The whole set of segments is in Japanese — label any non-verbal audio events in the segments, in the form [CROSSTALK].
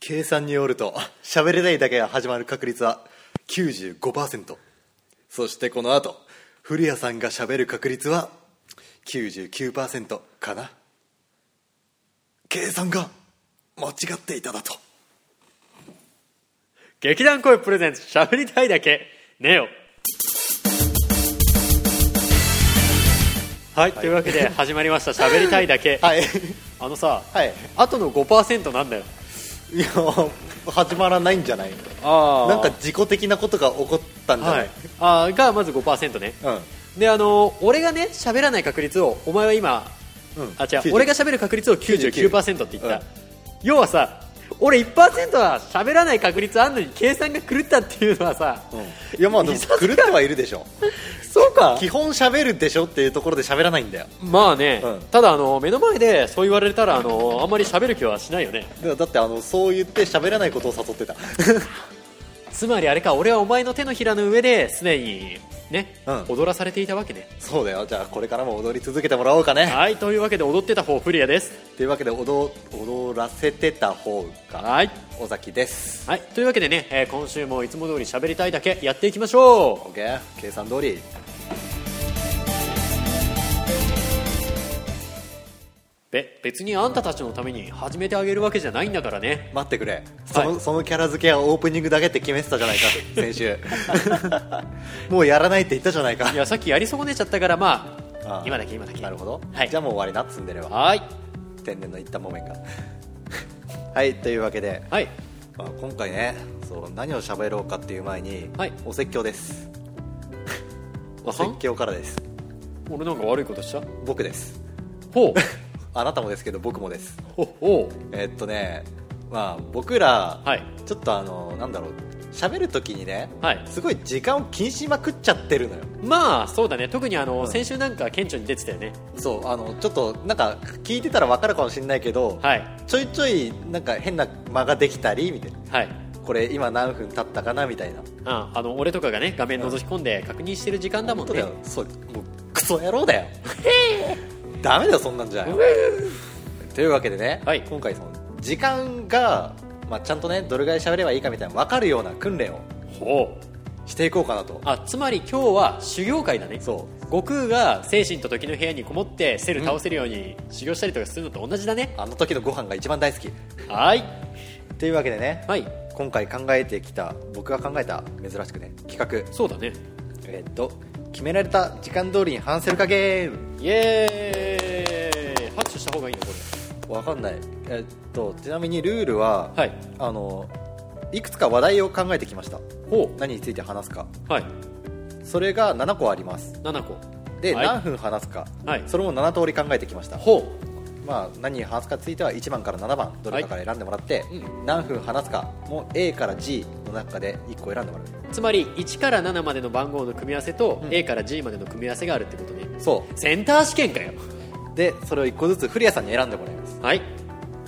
計算によると喋れないだけが始まる確率は95%そしてこの後古谷さんが喋る確率は99%かな計算が間違っていただと劇団声プレゼンツしゃべりたいだけネオはい、というわけで始まりました「しゃべりたいだけ」 [LAUGHS] はいあのさ、はいあとの5%なんだよいや始まらないんじゃないあなんか事故的なことが起こったんじゃなはいい、あーがまず5%ね、うんであの俺がね喋らない確率をお前は今、うんあ違う90俺が喋る確率を99%って言った、うん要はさ俺1%は喋らない確率あんのに計算が狂ったっていうのはさ、うんいやまあでも狂ってはいるでしょそうか基本喋るでしょっていうところで喋らないんだよまあね、うんただあの目の前でそう言われたらあのあんまり喋る気はしないよねだだってあのそう言って喋らないことを誘ってた [LAUGHS] つまりあれか俺はお前の手のひらの上で常にね、うん踊らされていたわけねそうだよじゃあこれからも踊り続けてもらおうかねはいというわけで踊ってた方古谷ですというわけで踊踊らせてた方がはい、尾崎ですはい、というわけでね、えー今週もいつも通り喋りたいだけやっていきましょ OK 計算通りうべ別にあんたたちのために始めてあげるわけじゃないんだからね待ってくれその,、はいそのキャラ付けはオープニングだけって決めてたじゃない [LAUGHS] か先週 [LAUGHS] もうやらないって言ったじゃないかいやさっきやり損ねちゃったからまあああ今だけ今だけなるほど、はいじゃあもう終わりなっつんでればはい天然の一ったもめんがはいというわけで、はいまあ、今回ねそう何を喋ろうかっていう前に、はいお説教ですおは説教からです俺なんか悪いことした僕ですほうあなたもですけど僕もですほほえっとねまあ僕ら、うはいちょっとあのなんだろう喋る時にね、はいすごい時間を気にしまくっちゃってるのよまあそうだね特にあの、ん先週なんか顕著に出てたよねそうあのちょっとなんか聞いてたら分かるかもしれないけど、はいちょいちょいなんか変な間ができたりみたいなはいこれ今何分経ったかなみたいなああの俺とかがね画面覗き込んで確認してる時間だもんそうねだよそうもうクソ野郎だよ [LAUGHS] ダメだよそんなんじ [LAUGHS] ゃというわけでね、はい今回その時間が、まあ、ちゃんとねどれぐらい喋ればいいかみたいな分かるような訓練をほうしていこうかなとあつまり今日は修行会だねそう悟空が精神と時の部屋にこもってセル倒せるように修行したりとかするのと同じだね、あの時のご飯が一番大好きはいというわけでね、はい今回考えてきた僕が考えた珍しくね企画そうだねえっと決められた時間通りに反せるかゲームイエーイ拍手した方がいいのこわかんないえっとちなみにルールは、れはいあのいくつか話題を考えてきましたほ何について話すかうはいそれが7個あります7個で、はい何分話すか、はいそれも7通り考えてきましたほまあ何に話すかについては1番から7番どれかから選んでもらって、いうん何分話すかも A から G の中で1個選んでもらううつまり1から7までの番号の組み合わせと、うん A から G までの組み合わせがあるってことねそセンター試験かようでそれを1個ずつ古谷さんに選んでもらいますはい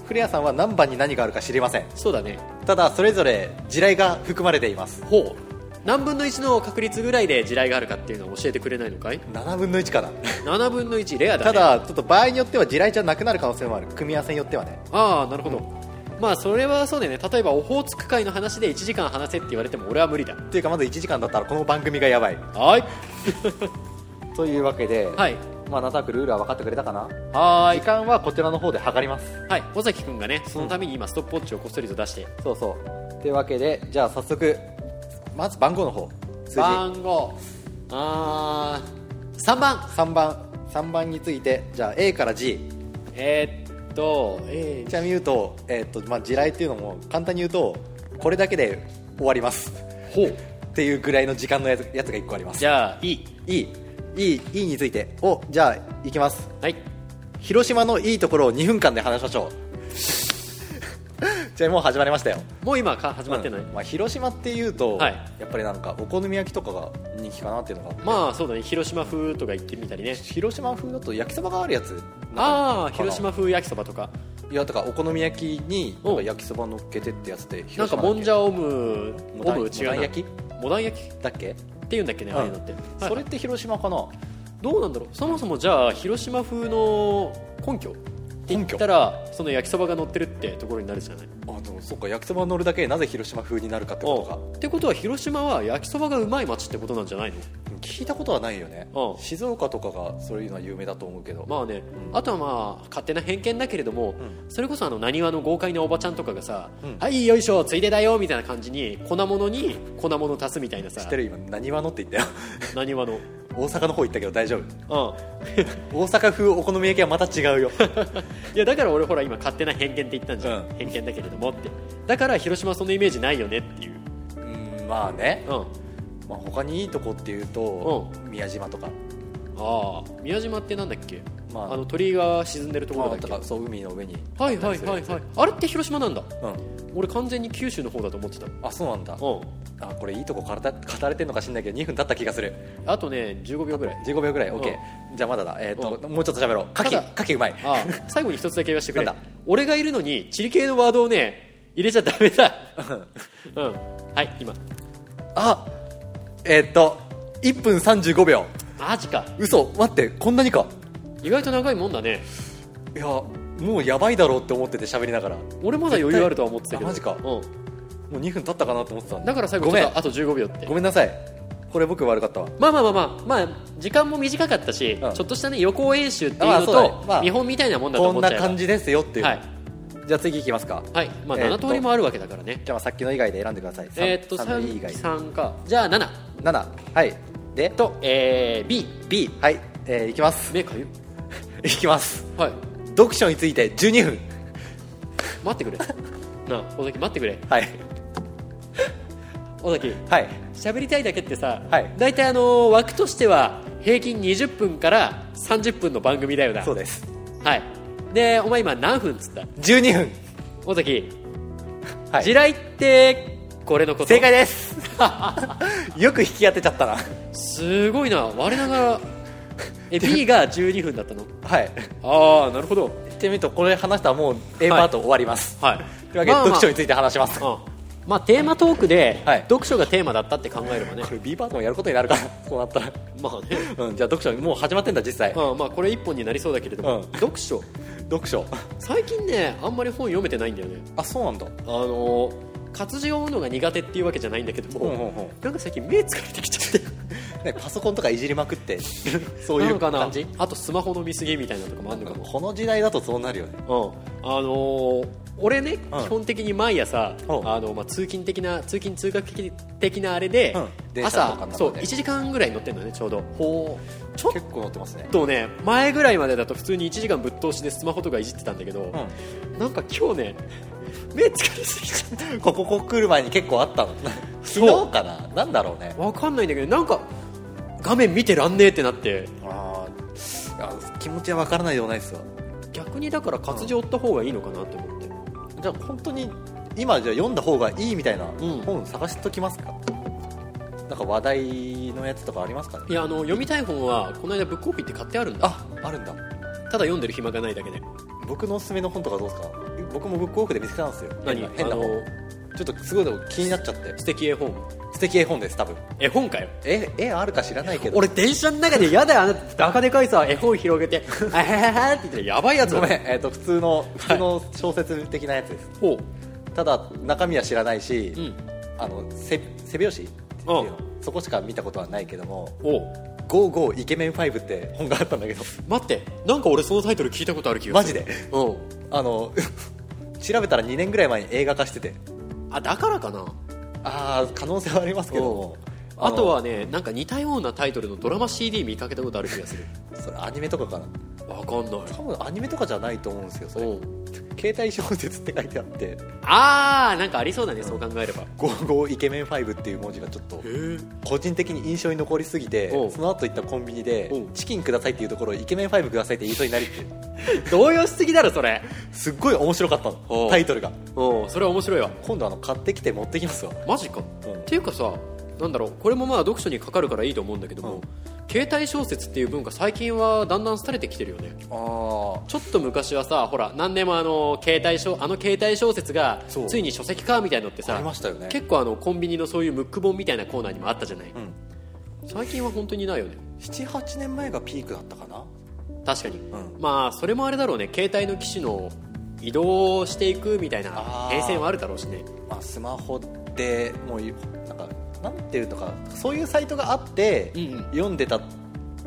古谷さんは何番に何があるか知りませんそうだねただそれぞれ地雷が含まれていますほう何分の1の確率ぐらいで地雷があるかっていうのを教えてくれないのかい7分の1かな7分の1レアだ、ね、ただちょっと場合によっては地雷じゃなくなる可能性もある組み合わせによってはねああなるほど、まあそれはそうだよね例えばオホーツク海の話で1時間話せって言われても俺は無理だっていうかまず1時間だったらこの番組がやばいはいというわけで、はいまあ、なんとなくルールは分かってくれたかなは時ー間はこちらの方で測りますいはい尾崎君がねそのために今ストップウォッチをこっそりと出してそうそうというわけでじゃあ早速まず番号の方数字番号あー3番3番3番についてじゃあ A から G えーっとえちなみに言うと,、えーっとまあ、地雷っていうのも簡単に言うとこれだけで終わりますー、ほうっていうぐらいの時間のやつやつが1個ありますじゃあ E E E E についてをじゃあいきますはい広島のいいところを2分間で話しましょう [LAUGHS] じゃあもう始まりましたよもう今か始まってない、うんまあ、広島っていうと、はいやっぱりなんかお好み焼きとかが人気かなっていうのがあってまあそうだね広島風とか言ってみたりね広島風だと焼きそばがあるやつあかなあ広島風焼きそばとかいやだからお好み焼きにうなんんか焼きそば乗っけてってやつでなん広か島もんじゃゃオムモオダンム違うなモダン焼きモダン焼きっだっけ、て言うんだっけね、うんああいうのって、そそれれって広島かなどうなんだろうそもそもじゃあ広島風の根拠言ったらその焼きそばが乗ってるってところになるじゃないあでもそっか焼きそばが乗るだけでなぜ広島風になるかってことかうんってことは広島は焼きそばがうまい町ってことなんじゃないの聞いたことはないよねうん静岡とかがそういうのは有名だと思うけど、まあね、あとはまあ勝手な偏見だけれども、うそれこそあの何わの豪快なおばちゃんとかがさ「うんはいよいしょついでだよ」みたいな感じに粉物に粉物足すみたいなさ知ってる今何話のって言ったよ [LAUGHS] 何わの大阪の方行ったけど大丈夫う大阪風お好み焼きはまた違う [LAUGHS] よんいやだから俺ほら今勝手な偏見って言ったんじゃん、うん偏見だけれどもってだから広島はそのイメージないよねっていううんまあねう、んまあ、他にいいとこっていうと、宮島とかああ宮島ってなんだっけ、まああ、の鳥居が沈んでるとこまろあだとっけかそう海の上にはいはいはいはいあれって広島なんだうん俺完全に九州の方だと思ってたあそうなんだうんあこれいいとこからだ語れてんのかしんないけど2分経った気がするあとね15秒ぐらい15秒ぐらい OK、じゃあまだだえっ、と、もうちょっと喋ろうかきただかきうまいあ [LAUGHS] あ最後に一つだけ言わせてくれなんだ俺がいるのに地理系のワードをね入れちゃダメだうんはい今あえっ、と1分35秒マジか嘘待ってこんなにか意外と長いもんだねいやもうやばいだろうって思ってて喋りながらも俺まだ余裕あるとは思ってたけど絶対あマジかうう2分経ったかなと思ってたんん、でだから最後ごめんちょっとあと15秒ってごめんなさいこれ僕悪かったわまあまあまあまあ、まあ、時間も短かったし、うんちょっとしたね予行演習っていうああのそとうだねまあ見本みたいなもんだとこ思んっちなゃえば感じですよっていう、はい、じゃあ次いきますかはいまあ、えー7っと通りもあるわけだからねじゃあまあさっきの以外で選んでくださいえーっとさんさんの以3外三かじゃあ7 7はいでと、えー、B B はい、えーいきます [LAUGHS] 目かゆいきますはい読書について12分 [LAUGHS] 待ってくれなあ尾崎待ってくれはい尾崎はい喋りたいだけってさ、はい大体あのー枠としては平均20分から30分の番組だよなそうですはいでお前今何分っつった12分尾崎、はい地雷ってこれのこと正解です [LAUGHS] よく引き当てちゃったなすごいな我なが [LAUGHS] らえ B が12分だったのはいああなるほどってみるとこれ話したらもう A パート終わります、はいというわけで、まあまあ読書について話し [LAUGHS] ます、うんまあテーマトークで、はい読書がテーマだったって考えればねこれ B パートもやることにな [LAUGHS] るからそうなったら、まあねうん、じゃあ読書もう始まってんだ実際、うんまあこれ一本になりそうだけれども、うん読書読書最近ねあんまり本読めてないんだよねあそうなんだあのー活字を追うのが苦手っていうわけじゃないんだけども、うんうんうんなんか最近目疲れてきちゃってねパソコンとかいじりまくって [LAUGHS] そうないのうかな感じあとスマホの見過ぎみたいなのとかもあるのかも、この時代だとそうなるよねうんあのー俺ね、基本的に毎朝、うんあのまあ、通勤的な通勤通学的なあれで、うん電車とか朝なんかねそう1時間ぐらい乗ってるのねちょうどほうちょっ結構乗ってますねとね前ぐらいまでだと普通に1時間ぶっ通しでスマホとかいじってたんだけど、なんか今日ね目疲れすぎちゃったうん、 [LAUGHS] こここ来る前に結構あったのそう昨日かななんだろうねわかんないんだけどなんか画面見てらんねえってなってあーあ気持ちは分からないでもないですわ逆にだから活字を追った方がいいのかなと思って、じゃあ本当に今じゃあ読んだ方がいいみたいなん本探しときますか、なんか話題のやつとかありますかねいやあの読みたい本はこの間ブックオフ行って買ってあるんだああるんだただ読んでる暇がないだけで僕のおすすめの本とかどうですか僕もブックオフで見つけたんですよ何変な変なあ本のちょっとすごいの気になっちゃって素敵絵本素敵絵本です多分絵本かよ絵絵あるか知らないけど俺電車の中で嫌だよあなたバカでかいさ絵本広げて [LAUGHS] 「あへへへ」って言ってやばいやつごだめん、えー、と普通の普通の小説的なやつです、ほうただ中身は知らないし、うんあのせ背拍子っていうの、うんそこしか見たことはないけどもお「55イケメン5」って本があったんだけど待ってなんか俺そのタイトル聞いたことある気がマすジるでうあの [LAUGHS] 調べたら2年ぐらい前に映画化しててんあだからかなああ可能性はありますけどもあのとはねなんか似たようなタイトルのドラマ CD 見かけたことある気がするそれアニメとかかな [LAUGHS] わかんない多分アニメとかじゃないと思うんですよそれおう携帯小説って書いてあってあーなんかありそうだねそう考えればへ「55イケメン5」っていう文字がちょっとえ個人的に印象に残りすぎておうその後行ったコンビニでおう「チキンください」っていうところを「イケメン5ください」って言いそうになりって動揺しすぎだろそれすっごい面白かったおのうタイトルがうんそれは面白いわ今度あの買ってきて持ってきますわマジか、うんっていうかさなんだろうこれもまあ読書にかかるからいいと思うんだけども、うん携帯小説っていう文化最近はだんだん廃れてきてるよねあちょっと昔はさほら何でもあの携帯小あの携帯小説がそうついに書籍化みたいのってあさりましたよね結構あのコンビニのそういうムック本みたいなコーナーにもあったじゃない、うん最近は本当にないよね78年前がピークだったかな確かに、うんまあそれもあれだろうね携帯の機種の移動していくみたいなあー変遷はあるだろうしねまあ、スマホでもういなんかなんていうのかそういうサイトがあって、うんうん読んでたっ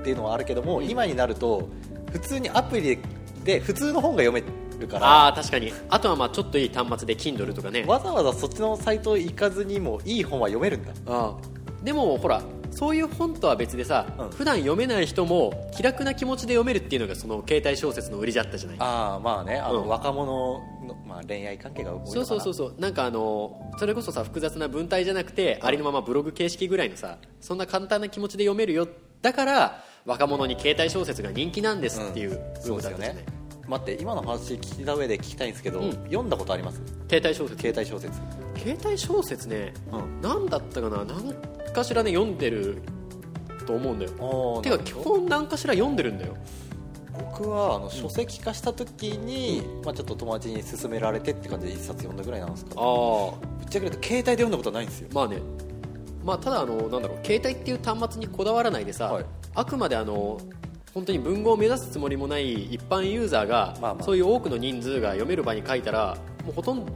ていうのはあるけども、うん今になると普通にアプリでで普通の本が読めるからああー確かにあとはまあちょっといい端末で Kindle とかねわざわざそっちのサイト行かずにもいい本は読めるんだうんでもほらそういう本とは別でさ、うん普段読めない人も気楽な気持ちで読めるっていうのがその携帯小説の売りだったじゃないああまあねあの、うん若者の、まあ、恋愛関係が多いのかなそうそうそうそうなんかあのそれこそさ複雑な文体じゃなくてありのままブログ形式ぐらいのさそんな簡単な気持ちで読めるよだから若者に携帯小説が人気なんですっていうそ文う化ですよだったじゃない、ね待って今の話聞いた上で聞きたいんですけど、うん読んだことあります携帯小説携帯小説携帯小説ね、うんなん、だったかな何かしらね読んでると思うんだよおーてなかるほど基本何かしら読んでるんだよ僕はあの書籍化した時に、まあ、ちょっと友達に勧められてって感じで一冊読んだぐらいなんですけどああぶっちゃけると携帯で読んだことはないんですよまあね、まあ、ただあのなんだろう携帯っていう端末にこだわらないでさ、はいあくまであの本当に文豪を目指すつもりもない一般ユーザーが、まあまあそういう多くの人数が読める場に書いたらもうほとんど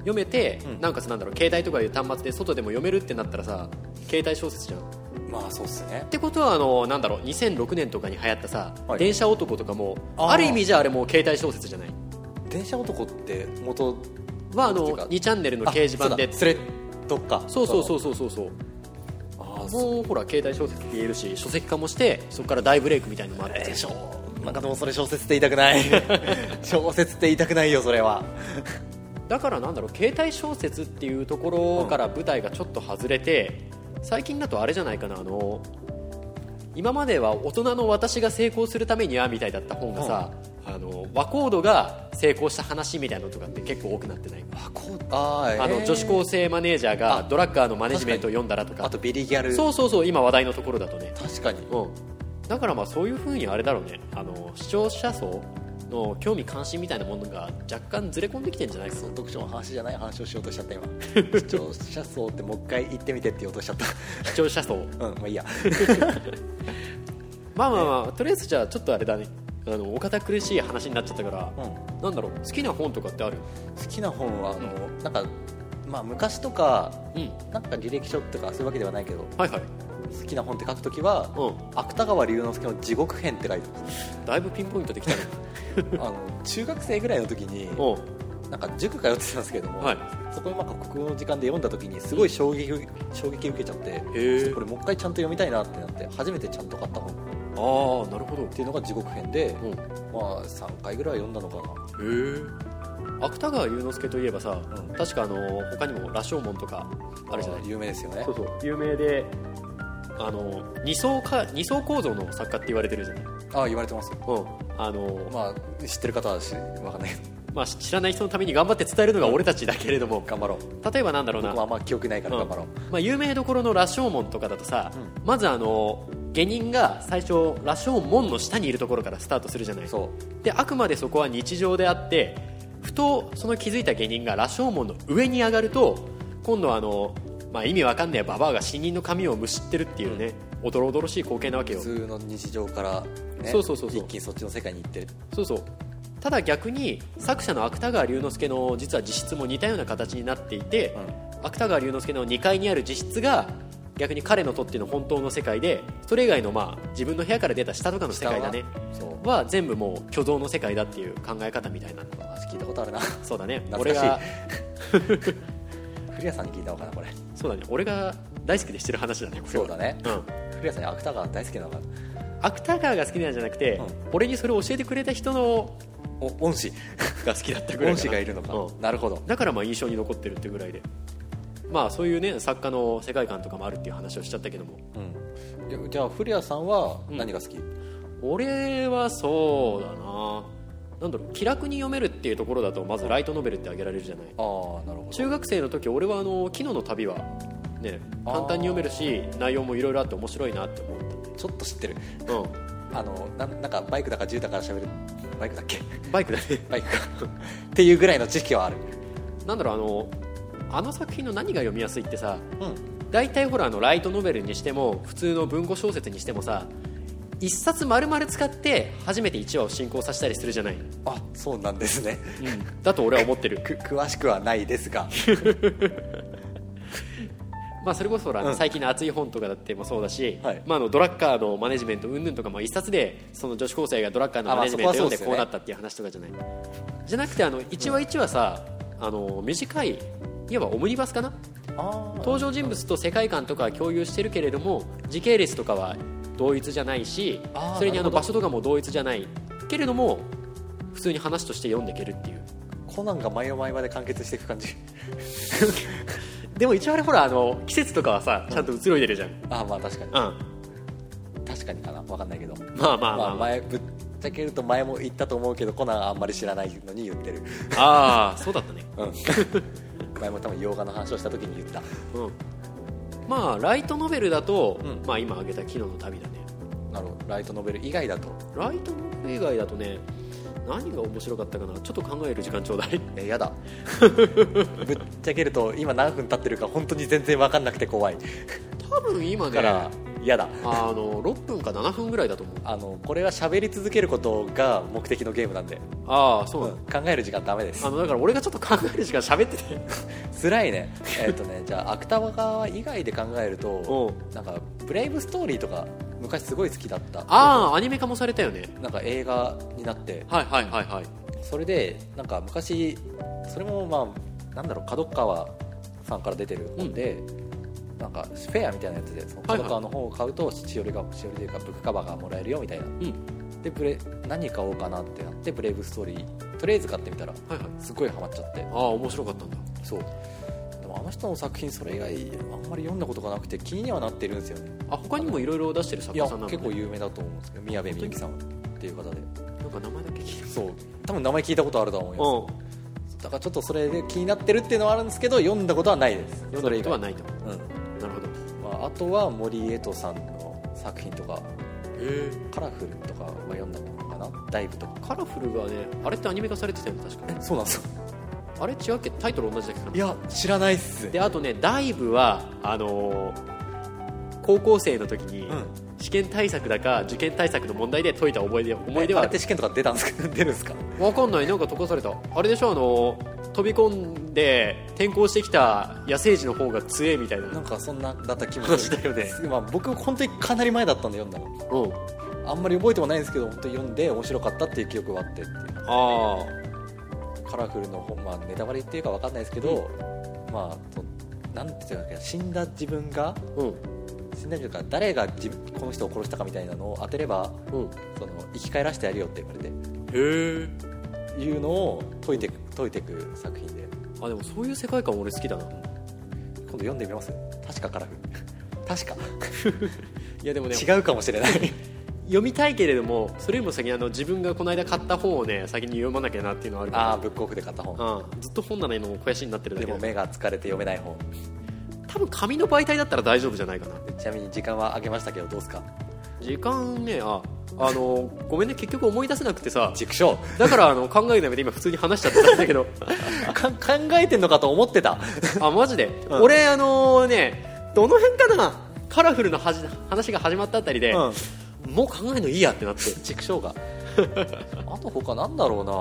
読めて、うんなんかさなんだろう携帯とかいう端末で外でも読めるってなったらさ携帯小説じゃん。っまあそうっすねてことはあのなんだろう2006年とかに流行ったさ、はい電車男とかもあーある意味じゃあれもう携帯小説じゃない電車男って元はなあんていのうか2チャンネルの掲示板であそうだスレッドかそうそうそううそうそうそうああそうもうほら携帯小説って言えるし書籍化もしてそこから大ブレイクみたいのもあって、でしょなんかでもそれ小説って言いたくない [LAUGHS] 小説って言いたくないよそれはだからなんだろう携帯小説っていうところから舞台がちょっと外れて、最近だとあれじゃないかなあの今までは大人の私が成功するためにはみたいだった本がさ、あの和コードが成功した話みたいなのとかって結構多くなってないあこうあーあのえー女子高生マネージャーあがドラッカーのマネジメントを読んだらとかあとビリギャルそうそうそう今話題のところだとね確かにうん、だからまあそういうふうにあれだろうねあの視聴者層の興味関心みたいなものが若干ずれ込んできてんじゃないかそなの読書の話じゃない話をしようとしちゃ [LAUGHS] った今視聴者層ってもう一回言ってみてって言おうとしちゃった [LAUGHS] 視聴者層うんまあいいやまあまあまあとりあえずじゃあちょっとあれだねあのお堅苦しい話になっちゃったから、なんだろう好きな本とかってある好きな本はあの、なんか、まあ、昔とかうんなんか履歴書とかそういうわけではないけどはいはい好きな本って書くときは、う芥川龍之介の「地獄編」って書いてます [LAUGHS] んだいぶピンポイントできたねあの中学生ぐらいの時におうなんか塾通ってたんですけども、はいそこをなんか国語の時間で読んだ時にすごい衝撃,、衝撃受けちゃってへえこれもう一回ちゃんと読みたいなってなって初めてちゃんと買った本っああなるほどていうのが地獄編で、うんまあ、3回ぐらいは読んだのかなへえ芥川龍之介といえばさ、うん確かあの他にも羅生門とかあるじゃない有名ですよねそうそう有名であの二層か二層構造の作家って言われてるじゃない、うん、ああ言われてますよあのままあ知ってる方はしわかんないあし知らない人のために頑張って伝えるのが俺たちだけれども頑張ろう例えばなんだろうな、僕もあんま記憶ないから頑張ろう、まあ、有名どころの羅生門とかだとさ、まずあの下人が最初羅生門の下にいるところからスタートするじゃないそうであくまでそこは日常であってふとその気づいた下人が羅生門の上に上がると今度はあの、まあ、意味わかんないババアが死人の髪をむしってるっていうね、おどろおどろしい光景なわけよ普通の日常から、ね、そうそうそうそう一気にそっちの世界に行ってるそうそうただ逆に作者の芥川龍之介の実は実質も似たような形になっていて、芥川龍之介の2階にある実質が逆に彼のとっての本当の世界でそれ以外のまあ自分の部屋から出た下とかの世界だねそううは全部もう虚像の世界だっていう考え方みたいなわ聞いた [LAUGHS] ことあるなそうだね懐俺かしい [LAUGHS] が古谷さんに聞いたのかなこれそうだね俺が大好きでしてる話だねこれそはうだねうん古谷さんに芥川大好きなのかな芥川が好きなんじゃなくて、うん俺にそれを教えてくれた人のお恩師が好きだったぐらい恩か師ながいるのか、うんなるほどだからまあ印象に残ってるってぐらいでまあそういうね作家の世界観とかもあるっていう話をしちゃったけどもうんでじゃあ古谷さんは何が好き、俺はそうだななんだろう気楽に読めるっていうところだとまずライトノベルって挙げられるじゃないああなるほど中学生の時俺はあの「昨日の旅は」ね簡単に読めるし内容もいろいろあって面白いなって思っちょっと知ってるた、うあのななんかバイクだか銃だから喋るバイクだっけ [LAUGHS] ん、バイクだねバイクか [LAUGHS] っていうぐらいの知識はあるなんだろうあのあの作品の何が読みやすいってさうん大体ほらあのライトノベルにしても普通の文庫小説にしてもさ一冊丸々使って初めて1話を進行させたりするじゃない、うあそうなんですねん、だと俺は思ってるく詳しくはないですがまあ、それこそほら、うん最近の熱い本とかだってもそうだし、はいまあ、あのドラッカーのマネジメント云々とかも一冊でその女子高生がドラッカーのマネジメントあまあそこはそう読んでですよこねうなったっていう話とかじゃない、じゃなくてあの一話一話さ、あの短いいわばオムニバスかなあ登場人物と世界観とかは共有してるけれども時系列とかは同一じゃないしあーそれにあなるのほど場所とかも同一じゃないけれども普通に話として読んでいけるっていうコナンが前を前まで完結していく感じでも一応あれほらあの季節とかはさちゃんと移ろいでるじゃん、うんああまあ確かにま確かにかな分かんないけどあまあまあ、ままああ、前ぶっちゃけると前も言ったと思うけどコナンあんまり知らないのに言ってる、ああそうだったねうん、前も多分洋画の話をした時に言ったうんまあライトノベルだと、うんまあ今挙げた「昨日の旅」だねなるほどライトノベル以外だとライトノベル以外だとね何が面白かったかなちょっと考える時間ちょうだいえーや [LAUGHS] だぶっちゃけると今何分経ってるか本当に全然分かんなくて怖い多分今ねから嫌だあの6分か7分ぐらいだと思うあのこれは喋り続けることが目的のゲームなんで、ああそうなうんの、考える時間ダメですあのだから俺がちょっと考える時間喋 [LAUGHS] ってて辛いねえっ、とねじゃあ芥川以外で考えるとうなんかブレイブストーリーとか昔すごい好きだったああアニメ化もされたよねなんか映画になってはいはいはいはいそれでなんか昔それもまあなんだろう角川さんから出てる本で、なんかフェアみたいなやつでそのはいはい角川の本を買うとしおりがしおりというかブックカバーがもらえるよみたいなうんでブレ何買おうかなってなってブレイブストーリーとりあえず買ってみたらはいはいすごいハマっちゃってああ面白かったんだそうでもあの人の作品それ以外あんまり読んだことがなくて気にはなってるんですよねあ他にもいろいろ出してるい作や家さんなの、ね、結構有名だと思うんですけど宮部みゆきさんっていう方でなんか名前だけ聞いそう多分名前聞いたことあるとは思いたますうんだからちょっとそれで気になってるっていうのはあるんですけど読んだことはないです読んだことはないとそれ以外なるほどへうんまあ、あとは森江戸さんの作品とかえ「カラフル」とかは読んだのかなダイブとかカラフルがねあれってアニメ化されてたよね確かそうなんですあれ違うっけタイトル同じだっけかなや知らないっすであとねダイブはあのー高校生の時に、うん試験対策だか受験対策の問題で解いた思い出思思いい出出ははああるれって試験とか出たんですか出るんですかわかんないなんか溶かされたあれでしょあの飛び込んで転校してきた野生児の方が強えみたいななんかそんなだった気もする話だよねまあ、僕本当にかなり前だったんで読んだのうんあんまり覚えてもないんですけど本当に読んで面白かったっていう記憶はあってっていうあカラフルの本、まあ、ネタバレっていうか分かんないですけど、まあとなんていうか死んだ自分があうん死んだというか誰が自分この人を殺したかみたいなのを当てればうんその生き返らせてやるよって言われてへえいうのを解いてく解いてく作品であでもそういう世界観俺好きだな今度読んでみます確かカラフル確かいやでも [LAUGHS] ね違うかもしれない読みたいけれどもそれよりも先にあの自分がこの間買った本をね先に読まなきゃなっていうのはあるああかブックオフで買った本らうん、ずっと本棚にいるのも肥やしになってるだでけもだ目が疲れて読めない本多分紙の媒体だったら大丈夫じゃないかなちなみに時間はあげましたけどどうですか時間ねああのごめんね結局思い出せなくてさ畜生 [LAUGHS] だからあの考えるためで今普通に話しちゃったんだけどか考えてんのかと思ってたあマジで、うん俺あのねどの辺かなカラフルのはじ話が始まったあたりで、 [LAUGHS] うんもう考えるのいいやってなって畜生 [LAUGHS] があと他なんだろうな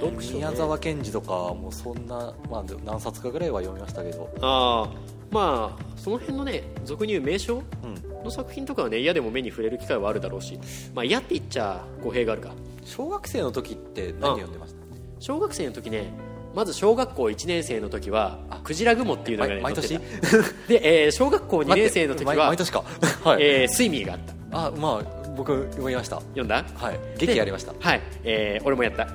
書ね宮沢賢治とかもそんな、まあ、何冊かぐらいは読みましたけど、あーまあその辺のね俗に言う名称うん、の作品とかはね嫌でも目に触れる機会はあるだろうし、まあ、嫌って言っちゃ語弊があるか小学生の時って何読んでました、小学生の時ねまず小学校1年生の時は「クジラ雲」っていうのが、ね、毎毎年載ってたで、えー小学校2年生の時待って毎は毎年 [LAUGHS] かはい、えースイミーがあったあまあ僕読みました読んだはい劇やりましたはい、えー俺もやった、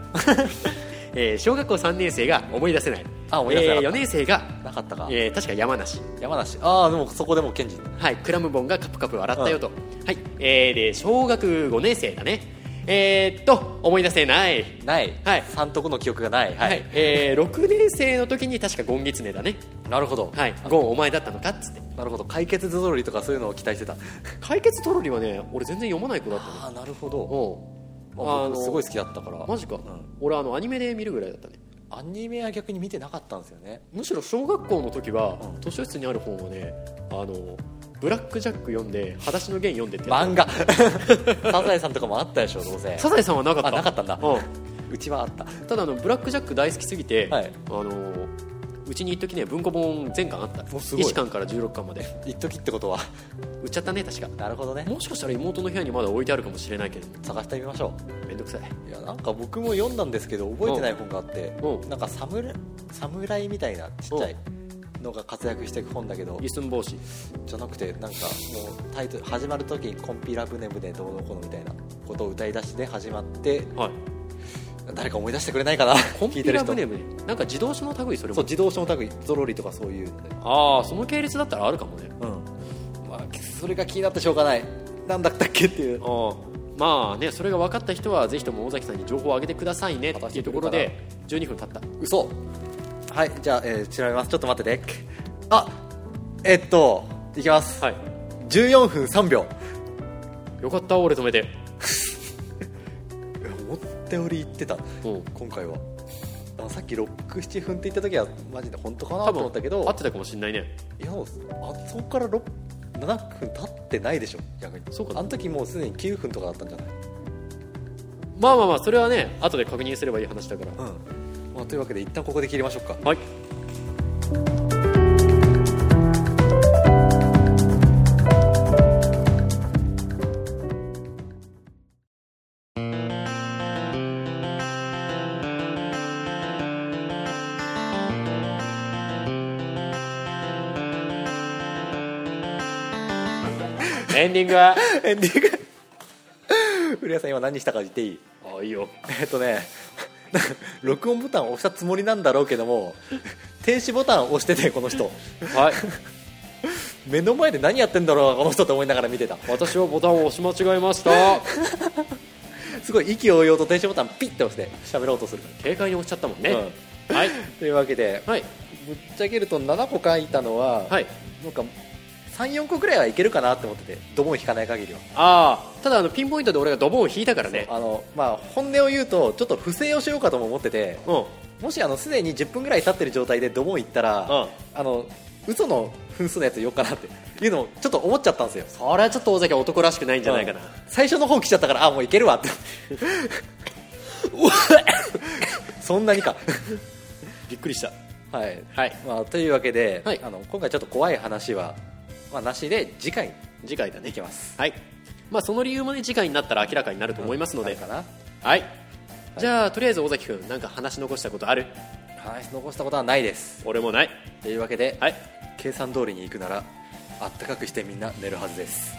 [LAUGHS] えー小学校3年生が思い出せないあ思い出せなかった4年生が、なかったか、えー確か山梨山梨ああでもそこでもう賢治はい、クラムボンがカプカプ洗ったよと、はいえーで小学5年生だねえーっと思い出せないない、はい三徳の記憶がないは、はいい、えー6年生の時に確かゴンギツネだねなるほど、はいゴンお前だったのかっつってなるほど解決ぞろりとかそういうのを期待 [LAUGHS] してた解決トロリはね俺全然読まない子だったのああなるほどおああの僕すごい好きだったからマジか、ん俺あのアニメで見るぐらいだったねアニメは逆に見てなかったんですよねむしろ小学校の時は、うん図書室にある本をねあのブラック・ジャック読んで「裸足のゲン」読んでって漫 [LAUGHS] 画サザエさんとかもあったでしょどうせサザエさんはなかったあなかったんだううちはあったんただあのブラック・ジャック大好きすぎて、はいあのうちに一時ね文庫本全巻あったおすごい1巻から16巻まで一時ってことは売っちゃったね確かなるほどねもしかしたら妹の部屋にまだ置いてあるかもしれないけど探してみましょめんどくさいういやなんか僕も読んだんですけど覚えてない本があってうんなんか侍侍みたいなちっちゃいのが活躍していく本だけどリスン帽子じゃなくてなんかもうタイトル始まる時に「コンピラ船船どうのこうの」みたいなことを歌い出して始まってはい誰か思い出してくれないかなコン聞いピてるラ人ブネムねなんか自動車の類それそうも自動車の類ゾロリとかそういうのでああその系列だったらあるかもねうんまあそれが気になってしょうがないなんだったっけっていうああまあねそれが分かった人はぜひとも尾崎さんに情報を上げてくださいねっていうところで12分経った嘘はいじゃあ、えー調べますちょっと待っててあえっといきます、はい14分3秒よかった俺止めていや思ったより言ってたうん今回はあさっき67分って言った時はマジで本当かな多と分思ったけど合ってたかもしれないねいやもうあそこから6 7分経ってないでしょ逆にそうかあの時もうすでに9分とかだったんじゃないまあまあまあそれはね後で確認すればいい話だからうん、まあ、というわけで一旦ここで切りましょうか [LAUGHS] はいエンディングはエンディング [LAUGHS] 古谷さん今何したか言ってい [LAUGHS] いあいいよえっとね [LAUGHS] なんか録音ボタンを押したつもりなんだろうけども [LAUGHS] 停止ボタンを押しててこの人はい目の前で何やってんだろうなこの人と思いながら見てた私はボタンを押し間違えま [LAUGHS] したすごい意気揚々と停止ボタンピッて押して喋ろうとする軽快に押しちゃったもんね、はいというわけではいぶっちゃけると7個書いたのは、はいなんか34個くらいはいけるかなって思っててドボン引かない限りはああただあのピンポイントで俺がドボンを引いたからねあの、まあ、本音を言うとちょっと不正をしようかとも思っててうんもしあのすでに10分ぐらい経ってる状態でドボン行ったら、うんあの嘘の分数のやつ言おうかなっていうのをちょっと思っちゃったんですよそれはちょっと尾崎は男らしくないんじゃないかな、うん最初の方来ちゃったからあもういけるわってそんなにかびっくりしたはい、はいまあ、というわけで、はいあの今回ちょっと怖い話は、まあ、なしで次回次回だねいきますはいまあその理由もね次回になったら明らかになると思いますので、あれかなはいじゃあとりあえず尾崎君なんか話し残したことある話し残したことはないです俺もないというわけで、はい計算通りに行くならあったかくしてみんな寝るはずです